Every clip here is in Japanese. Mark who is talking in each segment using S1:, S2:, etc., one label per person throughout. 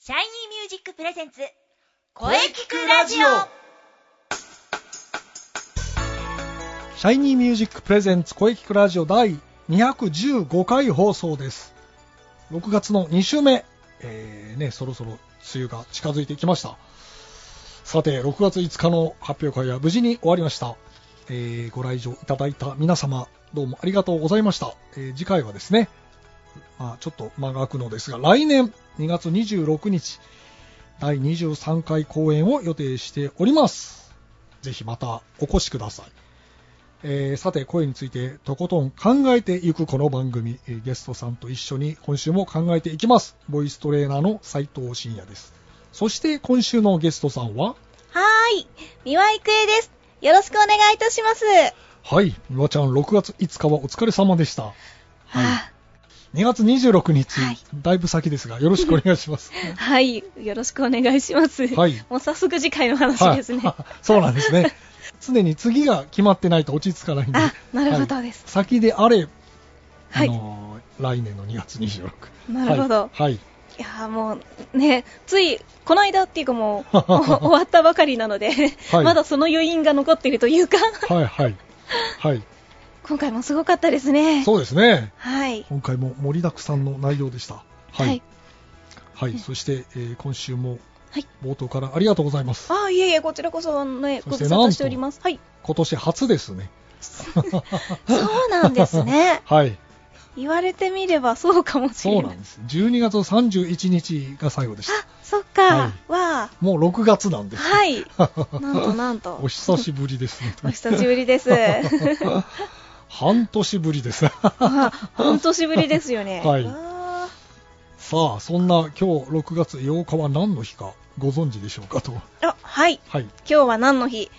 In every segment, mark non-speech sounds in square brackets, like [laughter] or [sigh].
S1: シャイニーミュージックプレゼンツ
S2: 声聞くラジオシャイニーミュージックプレゼンツ声聞くラジオ第215回放送です。6月の2週目、えーね、そろそろ梅雨が近づいてきました。さて、6月5日の発表会は無事に終わりました。えーご来場いただいた皆様、どうもありがとうございました。えー次回はですね、まあ、ちょっと間が空くのですが、来年2月26日、第23回公演を予定しております。ぜひまたお越しください。えーさて、声についてとことん考えていくこの番組、えーゲストさんと一緒に今週も考えていきます。ボイストレーナーの斉藤慎也です。そして今週のゲストさんは、
S3: はーい、三輪郁恵です。よろしくお願いいたします。
S2: はい、みわちゃん6月5日はお疲れ様でした。
S3: は
S2: 2月26日、
S3: はい
S2: だいぶ先ですが、よろしくお願いし
S3: [laughs]
S2: ます。
S3: あはい、よろしくお願いします。
S2: はい
S3: もう早速次回の話ですね。
S2: はい、 [laughs] そうなんですね。常に次が決まってないと落ち着かないんで。
S3: あなるほどです
S2: はい先であれ、
S3: はい
S2: あのー来年の2月26日。
S3: なるほど
S2: はい。
S3: [laughs]
S2: はい
S3: いやーもうね、ついこの間っていうかもうもう終わったばかりなので、
S2: はい
S3: [laughs] まだその余韻が残っているというか、
S2: はいはい。はい。
S3: 今回もすごかったですね。
S2: そうですね。
S3: はい、
S2: 今回も盛りだくさんの内容でした。は
S3: はいい。
S2: はい。そして、えー今週も
S3: はい
S2: 冒頭からありがとうございます。
S3: あーいえいえこちらこそね
S2: そ
S3: ご
S2: して
S3: 無沙汰しております。はい、
S2: 今年初ですね。。
S3: そうなんですね
S2: はい。
S3: 言われてみればそうかもし
S2: そ
S3: れ
S2: う
S3: な
S2: ないんで。す。12月31日が最後でした。
S3: あ、そっか、
S2: はい
S3: わ
S2: もう6月なん
S3: ー
S2: です。
S3: はい、なんとなんと。
S2: [laughs] お久しぶりですね。
S3: お久しぶ
S2: [laughs]
S3: りです。
S2: 半年ぶりです。 [laughs] さ
S3: あ半年ぶりですよね。
S2: はい
S3: わ
S2: あ、そんな今日6月8日は何の日かご存知でしょうかと。
S3: ーあ、はい。
S2: はい。
S3: 今日は何の日、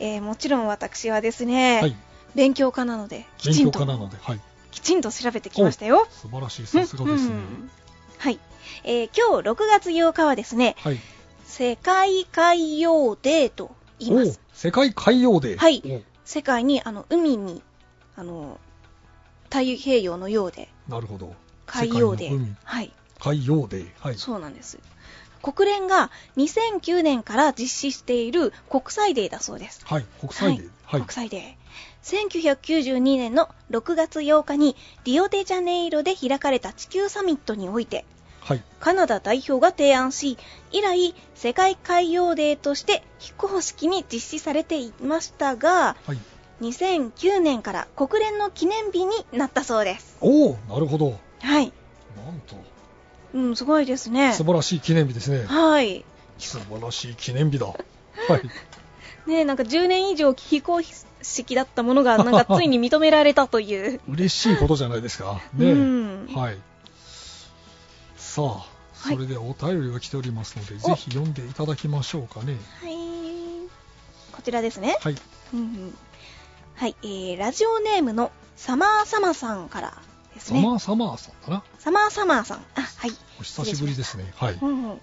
S3: えーもちろん私はですね、
S2: はい。
S3: 勉強家なので、きち
S2: 勉強
S3: んと
S2: 家、なので。はい。
S3: きちんと調べてきましたよ。
S2: 素晴らしい。さすがですね
S3: う。んはい。えー今日6月8日はですね、
S2: はい。
S3: 世界海洋デーと言いま
S2: お
S3: す。
S2: 世界海洋デー。
S3: はい
S2: お
S3: 世界に、あの、海に、あの、太平洋のようで、
S2: なるほど。
S3: 海洋デ
S2: 世界の海
S3: ー。はい。
S2: 海洋デー。はい。
S3: そうなんです。国連が2009年から実施している国際デーだそうです。
S2: はい。国際デー。はい。
S3: 国際デー。1992年の6月8日にリオデジャネイロで開かれた地球サミットにおいて、
S2: はい。
S3: カナダ代表が提案し、以来、世界海洋デーとして非公式に実施されていましたが、
S2: はい。
S3: 2009年から国連の記念日になったそうです。
S2: おお、なるほど。
S3: はい。
S2: なんと、
S3: うん、すごいですね
S2: 素。晴らしい記念日ですね。
S3: はい。
S2: 素晴らしい記念日だ。はい。
S3: ねえ、なんか10年以上非公式だったものが、なんかついに認められたという。
S2: 嬉しいことじゃないですか。ねえ
S3: うん
S2: はい。さあ、
S3: はい
S2: それでお便りが来ておりますので、
S3: お
S2: ぜひ読んでいただきましょうかね。
S3: [laughs] はい。こちらですね。
S2: はい。
S3: うんうんはい、えー、ラジオネームのサマーサマーさんからです
S2: サ
S3: ね。
S2: マーサマーさんだな。
S3: サマーサマーさん。あ、はい。
S2: お久しぶりですね。はい。
S3: うんうん。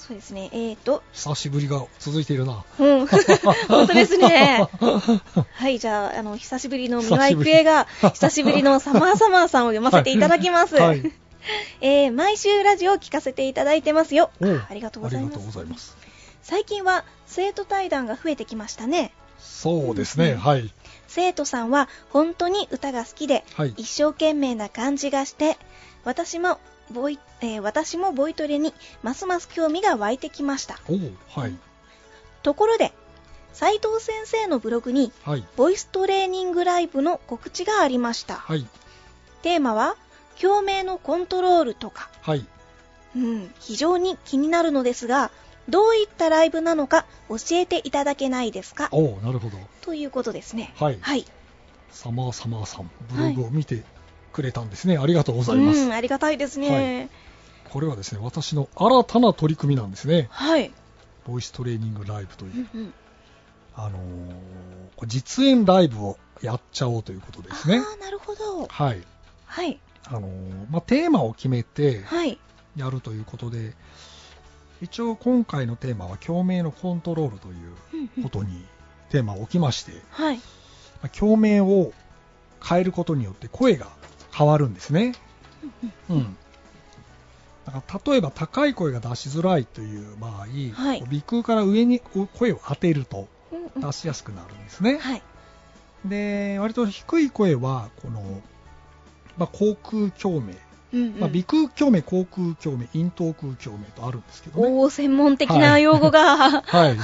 S3: そうですね。えーと、
S2: 久しぶりが続いている
S3: [laughs]
S2: な。
S3: うん。本当です
S2: [laughs]
S3: ね。はい、じゃあ、あの、久しぶりの三輪育恵が、
S2: 久
S3: 久
S2: し
S3: し
S2: ぶ
S3: ぶ
S2: り
S3: りのサマーサマーさんを読ませていただきます。
S2: はい
S3: [laughs]
S2: はい
S3: えー毎週ラジオを聞かせていただいてますよ。
S2: おう
S3: あありがとうござい
S2: あり
S3: ま
S2: がとうご
S3: す。
S2: ざいます。
S3: 最近は生徒対談が増えてきましたね。
S2: そうですね。はい。
S3: 生徒さんは本当に歌が好きで、
S2: はい
S3: 一生懸命な感じがして、私もボイ、えー私もボイトレにますます興味が湧いてきました。
S2: おうはい。
S3: ところで、斉藤先生のブログに、
S2: はい。
S3: ボイストレーニングライブの告知がありました。
S2: はい。
S3: テーマは、共鳴のコントロールとか、
S2: はい。
S3: うん、非常に気になるのですが、どういったライブなのか教えていただけないですか
S2: おうなるほど。
S3: ということですね。
S2: はい
S3: はい。
S2: サマーサマーさん、ブログを見てくれたんですね。ありがとうございま
S3: う
S2: す。
S3: ん、ありがたいですね。
S2: これはですね、私の新たな取り組みなんですね。
S3: はい。
S2: ボイストレーニングライブという。
S3: うんうん
S2: あのーこれ実演ライブをやっちゃおうということですね。
S3: ああ、なるほど。
S2: はい。
S3: はい。
S2: あのーまあ、テーマを決めて
S3: はい。
S2: やるということで、一応今回のテーマは共鳴のコントロールという
S3: うんう
S2: こ
S3: ん
S2: とにテーマを置きまして、
S3: はい。
S2: まあ共鳴を変えることによって声が変わるんですね。うん。だから例えば高い声が出しづらいという場合、
S3: はい
S2: こう鼻腔から上に声を当てると
S3: うんうん
S2: 出しやすくなるんですね。
S3: はい。
S2: で割と低い声はこの、まあ、口腔共鳴、
S3: うんうん
S2: まあ、鼻腔共鳴口腔共鳴咽頭腔共鳴とあるんですけどね、
S3: おー専門的な用
S2: [laughs]
S3: 語が。
S2: はい、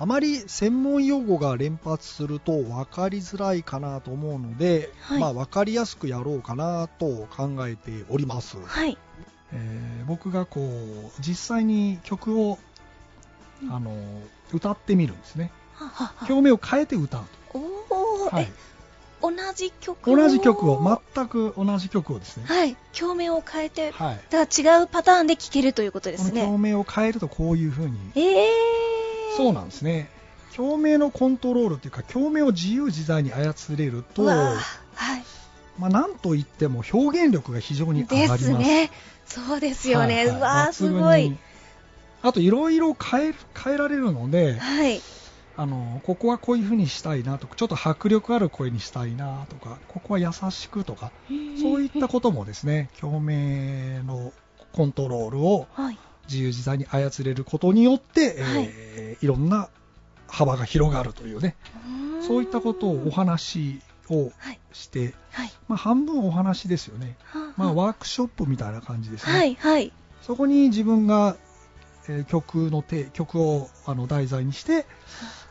S2: あまり専門用語が連発すると分かりづらいかなと思うので、
S3: はい
S2: まあ、分かりやすくやろうかなと考えております、
S3: はい。
S2: えー僕がこう実際に曲をあの歌ってみるんですね
S3: ははは。
S2: 共鳴を変えて歌う
S3: お
S2: と、
S3: ー、
S2: は
S3: え
S2: い、
S3: 同じ曲を
S2: 同じ曲を全く同じ曲をですね、
S3: はい共鳴を変えて
S2: はい、
S3: だから違うパターンで聴けるということで
S2: こ
S3: す
S2: の共
S3: ね
S2: 鳴を変えるとこういう風に、
S3: ええー、
S2: そうなんですね共鳴のコントロールというか共鳴を自由自在に操れると
S3: うわーはい
S2: まあ、なんといっても表現力が非常に上がりま
S3: ですすねそうですよね、
S2: はいはいう
S3: わーす
S2: 抜群に
S3: ごい
S2: あといろいろ変える変えられるので
S3: はい
S2: あのここはこういう風にしたいなとかちょっと迫力ある声にしたいなとかここは優しくとかそういったこともですね共鳴のコントロールを
S3: はい
S2: 自由自在に操れることによって、
S3: はい
S2: えーいろんな幅が広がるというね、そういったことをお
S3: は
S2: 話を
S3: はい
S2: して、
S3: はい
S2: まあ、半分お話ですよね、まあ、
S3: は
S2: ワークショップみたいな感じですね、
S3: はいはい
S2: そこに自分が、えー曲の手曲をあの題材にして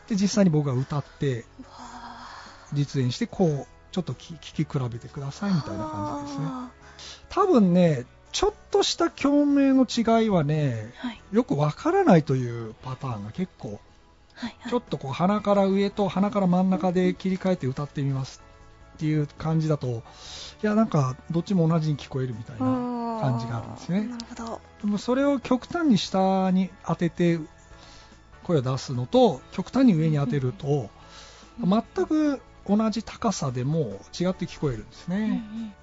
S2: で実際に僕が歌って
S3: うわー
S2: 実演してこうちょっと聴き比べてくださいみたいな感じですね
S3: は
S2: 多分ねちょっとした共鳴の違いはね
S3: ーはい
S2: よくわからないというパターンが結構
S3: はいはい
S2: ちょっとこう鼻から上と鼻から真ん中で切り替えて歌ってみますっていう感じだといやなんかどっちも同じに聞こえるみたいな感じがあるんですね
S3: なるほど
S2: でもそれを極端に下に当てて声を出すのと極端に上に当てると全く同じ高さでも違って聞こえるんです
S3: うんう
S2: ね、
S3: ん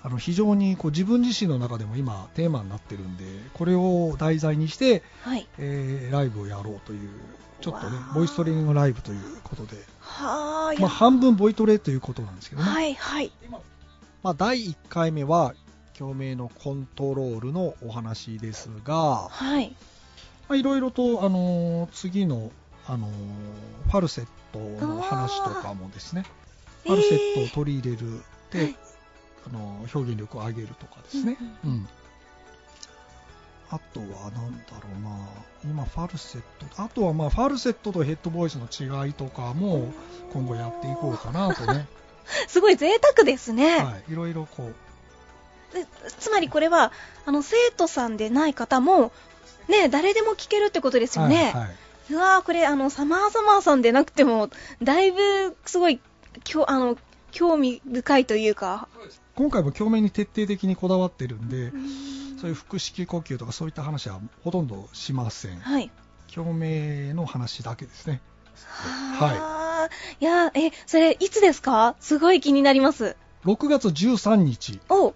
S2: あの非常にこう自分自身の中でも今テーマになってるんでこれを題材にして、
S3: はい
S2: えーライブをやろうというちょっとね
S3: わあ
S2: ボイストレーニングライブということで
S3: はーい
S2: まあ、半分ボイトレということなんですけどね、
S3: はいはい
S2: まあ、第1回目は共鳴のコントロールのお話ですが
S3: はい
S2: まあいろいろと、あのー次の、あのーファルセットの話とかもですねファルセットを取り入れるで、
S3: はい
S2: あのー表現力を上げるとかですね、うんあとは何だろうな今ファルセットあとはまあファルセットとヘッドボイスの違いとかも今後やっていこうかなとね
S3: すごい贅沢ですね、
S2: はい、いろいろこう、
S3: でつまりこれはあの生徒さんでない方も、ね、誰でも聞けるってことですよ
S2: は
S3: ね、
S2: いはいう
S3: わーこれあのサマーサマーさんでなくてもだいぶすごいきょあの興味深いというか
S2: 今回も共鳴に徹底的にこだわってるんで、
S3: うん
S2: そういう腹式呼吸とかそういった話はほとんどしません、
S3: はい
S2: 共鳴の話だけですね、
S3: はーいやーえそれいつですかすごい気になります
S2: 6月13日、
S3: お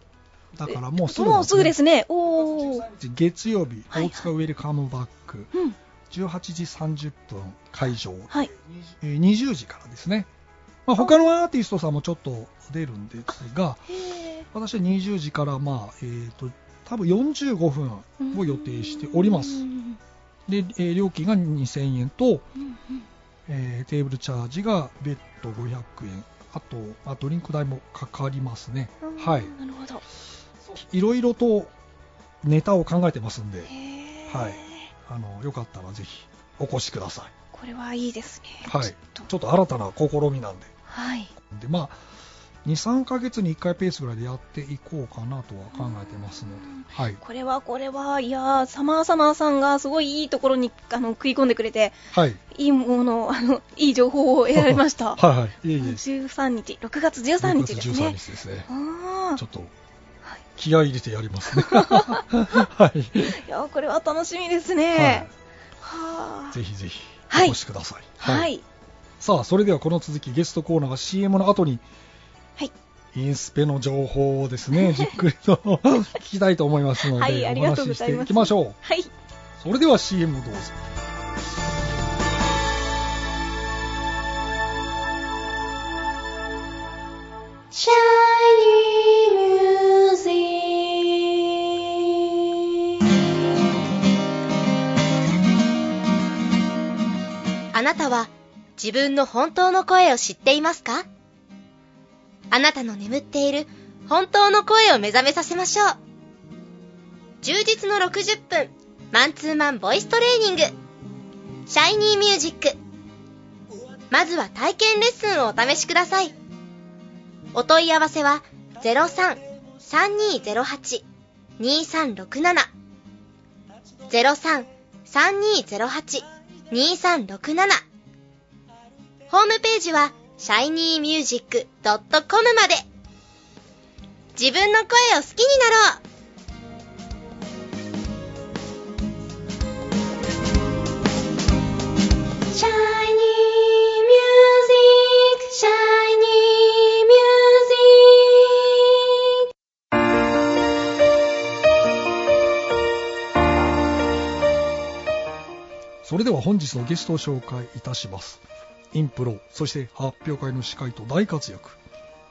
S2: だからもうすぐなん
S3: もうすぐです
S2: ね、
S3: ねおー
S2: 月曜日、
S3: はい
S2: 大塚ウェルカムバック、
S3: うん
S2: 18時30分会場、
S3: はい
S2: えー20時からですね、まあ、他のアーティストさんもちょっと出るんですが、
S3: へ
S2: 私は20時から、まあえー、と多分45分
S3: ー
S2: を予定しております
S3: う。ん
S2: で、えー料金が2000円と、
S3: うんうん
S2: えーテーブルチャージが別途500円あと、まあ、ドリンク代もかかりますね
S3: うん
S2: はい
S3: なるほど
S2: いろいろとネタを考えてますんで
S3: へー
S2: はいあのよかったらぜひお越しください
S3: これはいいですね。
S2: はい
S3: ちょっと
S2: ちょっと新たな試みなんで
S3: はい。
S2: でまあ23ヶ月に1回ペースぐらいでやっていこうかなとは考えてますので
S3: うん
S2: はい、
S3: これはこれは、いやー、サマーサマーさんがすごいいいところにあの食い込んでくれて、
S2: はい、
S3: いいものを、あの、いい情報を得られまし
S2: は
S3: た。
S2: いはいいえいえ
S3: 13日、6月13日です
S2: 6
S3: ね。
S2: 月13日ですね
S3: あ
S2: ちょっと
S3: はい
S2: 気合い入れてやります
S3: [laughs]
S2: ねはい
S3: あ、いやーこれは楽しみです
S2: はい
S3: ね。はあ
S2: ぜひぜひ
S3: はい
S2: お越しください。
S3: は。い。
S2: さあ、それではこの続きゲストコーナーは CM の後に、
S3: はい。
S2: インスペの情報をです
S3: [laughs]
S2: ね、じっくりと聞きたいと思いますので、
S3: はいあり
S2: お
S3: がとうご
S2: 話しし
S3: ざい
S2: て
S3: ます
S2: いきましょう。
S3: はい。
S2: それでは CM をどうぞ。
S3: Shiny Music
S1: あなたは自分の本当の声を知っていますかあなたの眠っている本当の声を目覚めさせましょう。充実の60分、マンツーマンボイストレーニング、シャイニーミュージック。まずは体験レッスンをお試しください。お問い合わせは03-3208-2367 03-3208-2367ホームページは shinymusic.com まで自分の声を好きになろうシャイニーミュージック、シャイニーミュージック。
S2: それでは本日のゲストを紹介いたしますインプロそして発表会の司会と大活躍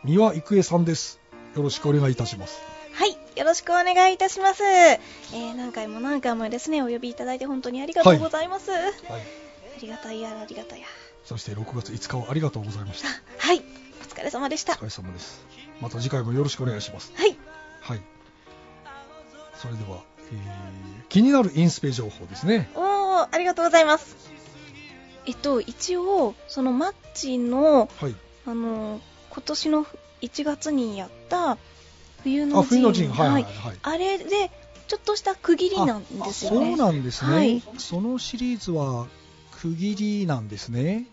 S2: 三輪郁恵さんですよろしくお願いいたします
S3: はい、よろしくお願いいたします。えー、何回も何回もですね、お呼びいただいて本当にありがとうございます。
S2: はい。
S3: ありがたいやら、ありがたいや。
S2: そして6月5日はありがとうございました
S3: はい、お疲れ様でした。
S2: お疲
S3: は
S2: れ様ですまた次回もよろしくお願いします
S3: い、
S2: はいそれでは、えー気になるインスペ情報ですね
S3: おー、ありがとうございます。えっと、一応、そのマッチの、
S2: はい
S3: あのー今年の1月にやった冬の
S2: あ
S3: 陣
S2: 冬の陣はいはいはい、
S3: あれでちょっとした区切りなんですよ
S2: あそ
S3: ね
S2: うなんですね、
S3: はい
S2: そのシリーズは区切りなんですね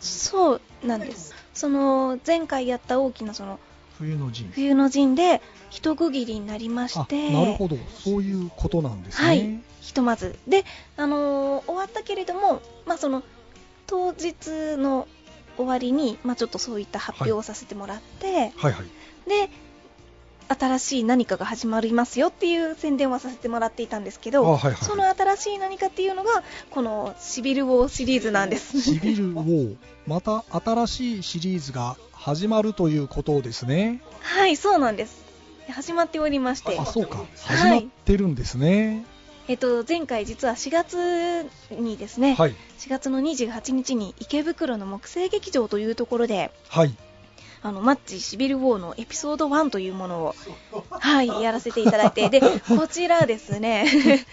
S3: そうなんですその前回やった大きなその
S2: 冬の陣
S3: 冬の陣で一区切りになりまし
S2: あ
S3: て
S2: なるほどそういうことなんですね、
S3: はいひとまずで、あのー終わったけれども、まあ、その当日の終わりに、まあ、ちょっとそういった発表をさせてもらって、
S2: はいはい
S3: で新しい何かが始まりますよっていう宣伝はさせてもらっていたんですけど、
S2: あはいはい
S3: その新しい何かっていうのがこの「シビルウォー」シリーズなんです
S2: シビルウォーまた新しいシリーズが始まるということですね
S3: はいそうなんです始まっておりまして
S2: あそうか始まってるんですね
S3: えっと、前回実は4月にですね、
S2: はい
S3: 4月の28日に池袋の木星劇場というところで
S2: はい
S3: あのマッチシビルウォーのエピソード1というもの
S2: [laughs]
S3: を、はい、やらせていただいてでこちらですね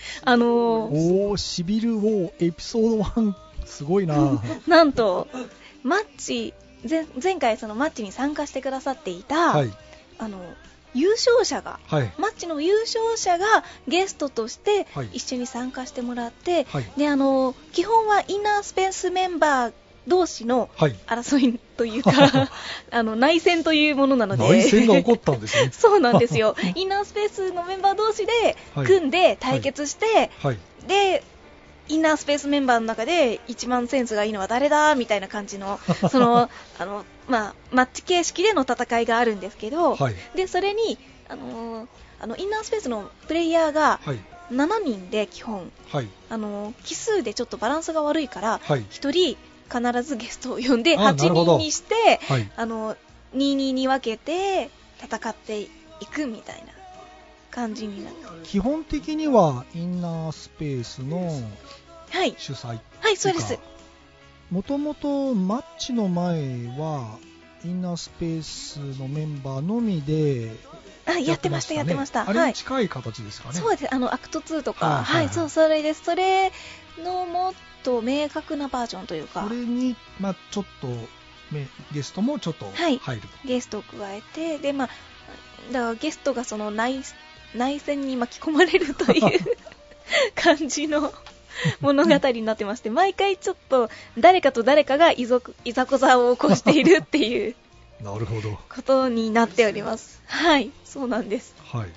S3: [laughs] あのー
S2: おーシビルウォーエピソード1すごい
S3: [laughs]
S2: な
S3: なんとマッチ前前回そのマッチに参加してくださっていた、
S2: はい
S3: あの優勝者が
S2: はい
S3: マッチの優勝者がゲストとして
S2: はい
S3: 一緒に参加してもらって、
S2: はい
S3: であの基本はインナースペースメンバー同士の
S2: はい
S3: 争いとい
S2: [laughs]
S3: うかあの内戦というものなので
S2: 内戦が起こったんです
S3: [laughs]
S2: ね
S3: そうなんで
S2: [laughs]
S3: すよインナースペースのメンバー同士で
S2: はい
S3: 組んで対決して、
S2: はい
S3: でインナースペースメンバーの中で一番センスがいいのは誰だみたいな感じ
S2: [laughs]
S3: のそのあの、まあ、マッチ形式での戦いがあるんですけど、
S2: はい
S3: でそれに、あのーあのインナースペースのプレイヤーが
S2: はい
S3: 7人で基本、
S2: はい
S3: あのー奇数でちょっとバランスが悪いから、
S2: はい
S3: 1人必ずゲストを呼んで
S2: あな
S3: 8
S2: るほど
S3: 人にして、
S2: はい
S3: あの2、2に分けて戦っていくみたいな感じになって
S2: 基本的にはインナースペースの
S3: はい、
S2: 主催
S3: はい、そうです。
S2: もともとマッチの前はインナースペースのメンバーのみで
S3: あやってました、やってました。
S2: ねあれ
S3: は
S2: に
S3: い。
S2: 近い形ですかね
S3: そうです。あの、アクト2と
S2: はいは
S3: か、
S2: いはい
S3: はい、そう、それです。それのもっと明確なバージョンというか
S2: こ、れに、まあ、ちょっとめゲストもちょっと
S3: はい
S2: 入る
S3: ゲストを加えて、で、まあ、だからゲストがその内、内戦に巻き込まれるという感じの物語になってまして、毎回ちょっと誰かと誰かがいぞくいざこざを起こしているっていう
S2: なるほど
S3: ことになっております。はい、そうなんです。
S2: はい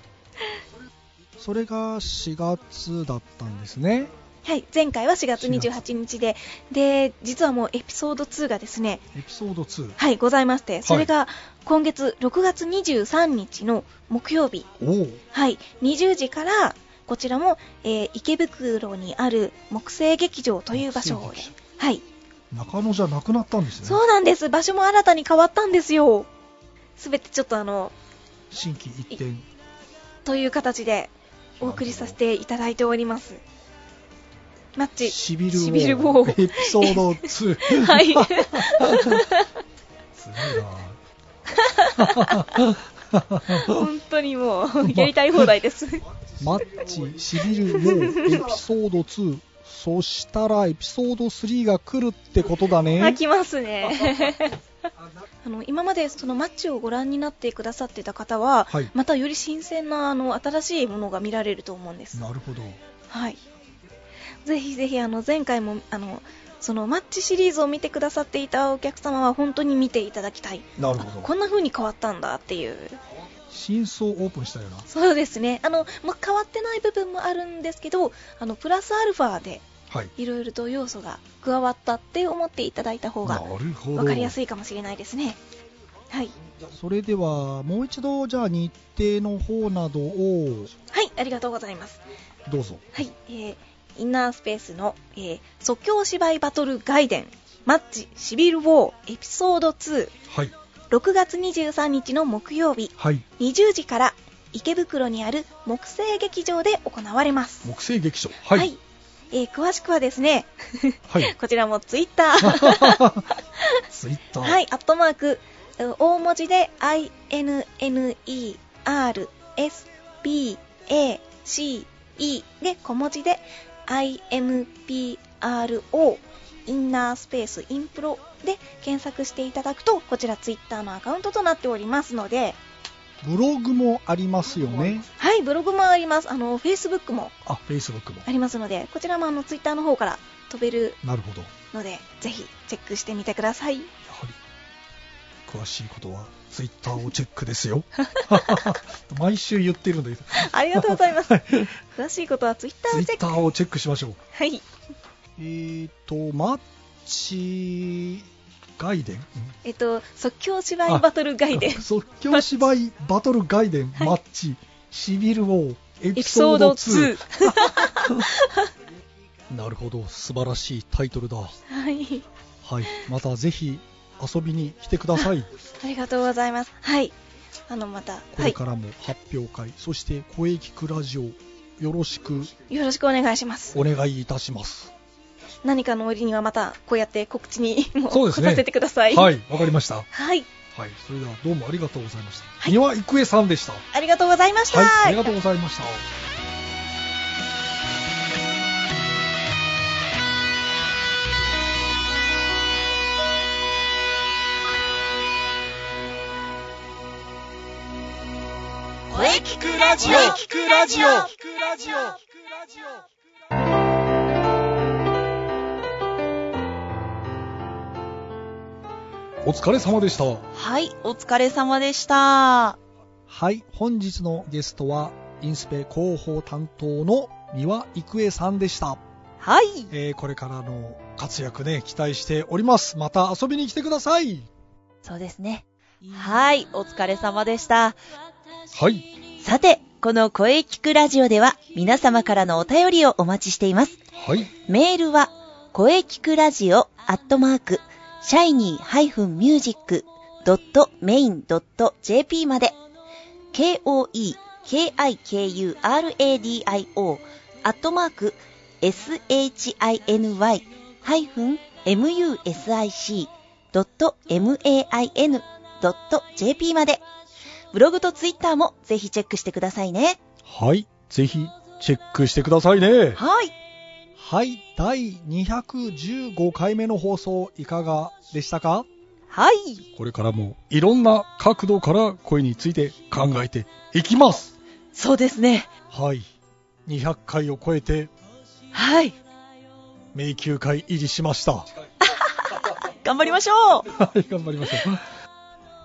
S2: それが4月だったんですね
S3: はい、前回は4月28日で、で、実はもうエピソード2がですね、
S2: エピソード2
S3: はい、ございまして、それ
S2: は
S3: が今月6月23日の木曜日、
S2: おお
S3: はい、20時から、こちらも、えー池袋にある木星劇場という場所
S2: 木星
S3: で
S2: 劇、
S3: はい、
S2: 中野じゃなくなったんですね
S3: そうなんです、場所も新たに変わったんですよ。すべてちょっとあの、
S2: 新規一点
S3: という形でお送りさせていただいております。マッチ。
S2: しびる
S3: しびる棒
S2: エピソー [laughs] ド2。
S3: [laughs] はい。
S2: すごいな
S3: [laughs] 本当にもう、やりたい放題です。
S2: マッチ、しびる棒エピソード2。そしたらエピソード3が来るってことだね。
S3: あ、きますね。 [laughs] あの今までそのマッチをご覧になってくださってた方は、
S2: はい
S3: またより新鮮なあの新しいものが見られると思うんです。
S2: なるほど。
S3: はい。ぜひぜひあの前回もあのそのマッチシリーズを見てくださっていたお客様は本当に見ていただきたい。
S2: なるほ
S3: こ
S2: ど。
S3: んな風に変わったんだっていう。
S2: 真相オープンしたよな。
S3: そうですね。あのまあ変わってない部分もあるんですけど、あのプラスアルファで
S2: はい。
S3: いろいろと要素が加わったって思っていただいた方
S2: な
S3: が
S2: るほど。
S3: わかりやすいかもしれないですね。はい。
S2: それではもう一度じゃあ日程の方などを
S3: はい、ありがとうございます。
S2: どうぞ
S3: はい、えーインナースペースの、えー即興芝居バトル外伝マッチシビルウォーエピソード2、
S2: はい
S3: 6月23日の木曜日
S2: はい
S3: 20時から池袋にある木星劇場で行われます。
S2: 木星劇場はい
S3: えー詳しくはですね、
S2: はい
S3: こちらもツイッター、
S2: [laughs] ツイッター
S3: はい、アットマーク、う大文字で INNERSPACE で小文字で IMPRO インナースペースインプロで検索していただくと、こちらツイッターのアカウントとなっておりますので、
S2: ブログもありますよね
S3: はい、ブログもあります。あの、Facebook も
S2: あフェイスブックも
S3: ありますので、こちらもあの、ツイッターの方から飛べる
S2: なるほどや
S3: ので、ぜひチェックしてみてください。 [laughs]
S2: はり詳しいことはツイッターをチェックですよ
S3: [laughs]
S2: 毎週言ってるんだけど
S3: ありがとうございます。詳しいことはツイッター
S2: ツイ
S3: をチ
S2: ッ
S3: ェック
S2: タ。ーをチェックしましょう
S3: はい。
S2: えーとマッチ外伝
S3: えっと、即興芝居バトルガイデン
S2: [laughs] 即興芝居バトル外伝マッチシビルウォーエ
S3: エ
S2: ピ
S3: ピ
S2: ソ
S3: ソ
S2: ー
S3: ー
S2: ド
S3: ド
S2: 2
S3: 2。
S2: なるほど素晴らしいタイトルだは
S3: [laughs] はい。
S2: いまたぜひ遊びに来てください
S3: ありがとうございます。はい。あの、また、
S2: こ
S3: は
S2: れ
S3: い。
S2: からも発表会、そして声聞くラジオよろしく
S3: よろしくお願いします。
S2: お願いいたします
S3: 何かの折にはまた、こうやって告知にも
S2: そう
S3: う
S2: です
S3: [laughs] 来
S2: ね
S3: させてください。。
S2: はいいわかりました
S3: はい。
S2: はいそれではどうもありがとうございました、三輪郁恵さんでした
S3: ありがとうございました。
S2: はいありがとうございました
S1: 声聞くラジオ聞くラジオ聞くラジオ
S2: お疲れ様でした
S4: はい、お疲れ様でした。
S2: はい本日のゲストはインスペ広報担当の三輪郁恵さんでした
S4: はい。
S2: えーこれからの活躍ね、期待しております。また遊びに来てください。
S4: そうですね。はい、お疲れ様でし
S2: は
S4: た。
S2: い。
S4: さて、この声聞くラジオでは皆様からのお便りをお待ちしています。
S2: はい。
S4: メールは、声聞くラジオアットマーク、シャイニー -music.main.jp まで、k-o-e-k-i-k-u-r-a-d-i-o アットマーク、shiny-music.main.jp まで、ブログとツイッターもぜひチェックしてくださいね。
S2: はい。ぜひ、チェックしてくださいね。
S4: はい。
S2: はい。第215回目の放送、いかがでしたか
S4: はい。
S2: これからも、いろんな角度から声について考えていきます。
S4: そうですね。
S2: はい。200回を超えて、
S4: はい。
S2: 迷宮会入りしました。
S4: 頑張りましょう
S2: はい、頑張りましょう。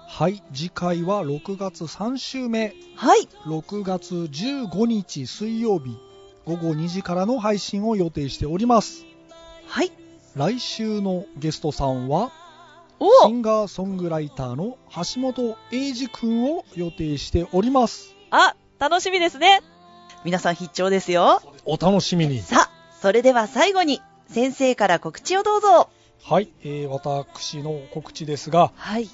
S2: はい。次回は6月3週目。
S4: はい。
S2: 6月15日水曜日午後2時からの配信を予定しております
S4: はい。
S2: 来週のゲストさんはシ
S4: お
S2: ンガーソングライターの橋本英二くんを予定しております
S4: あ、楽しみですね。皆さん必聴ですよ。
S2: お楽しみに
S4: さあ、それでは最後に、先生から告知をどうぞ。
S2: はい、えー私の告知ですが
S4: はい。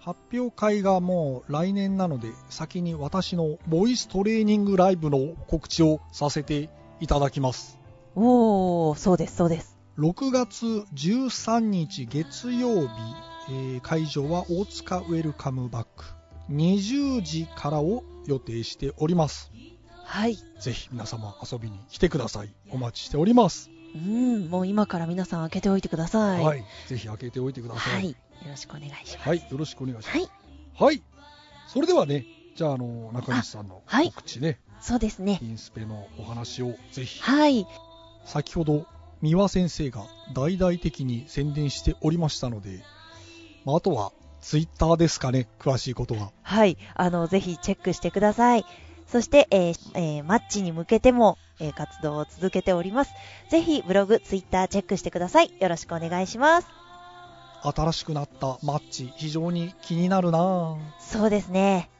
S2: 発表会がもう来年なので先に私のボイストレーニングライブの告知をさせていただきます
S4: おー、そうです、そうです。
S2: 6月13日月曜日、えー会場は大塚ウェルカムバック20時からを予定しております
S4: はい。
S2: ぜひ皆様遊びに来てくださいお待ちしております
S4: うん、もう今から皆さん開けておいてくだ
S2: は
S4: さい。
S2: い、ぜひ開けておいてくださ
S4: はいい。よろしくお願いします。
S2: はい、よろしくお願いします
S4: はい。
S2: はい、それではねじゃああの中西さんの
S4: あはい
S2: 告知ね、
S4: そうですね。
S2: インスペのお話をぜひ
S4: はい。
S2: 先ほど三輪先生が大々的に宣伝しておりましたので、まあ、あとはツイッターですかね詳しいことは
S4: はい。あの、ぜひチェックしてください。そして、えーえーマッチに向けても、えー活動を続けております。ぜひ、ブログ、ツイッターチェックしてください。よろしくお願いします。
S2: 新しくなったマッチ非常に気になるなぁ
S4: そうですね。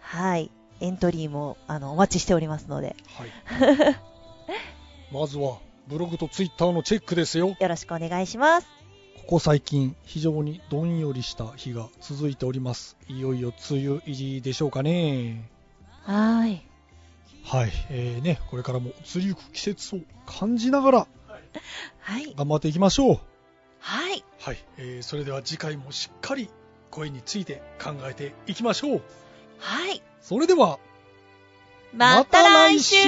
S4: はい。エントリーも、あの、お待ちしておりますので、
S2: はい [laughs] まずはブログとツイッターのチェックですよ
S4: よろしくお願いします。
S2: ここ最近非常にどんよりした日が続いておりますいよいよ梅雨入りでしょうかね
S4: はい。
S2: はい、えーね、これからも移りゆく季節を感じながら
S4: はい。
S2: 頑張っていきましょう
S4: はい。
S2: はい、えーそれでは次回もしっかり声について考えていきましょう
S4: はい。
S2: それでは
S4: また来週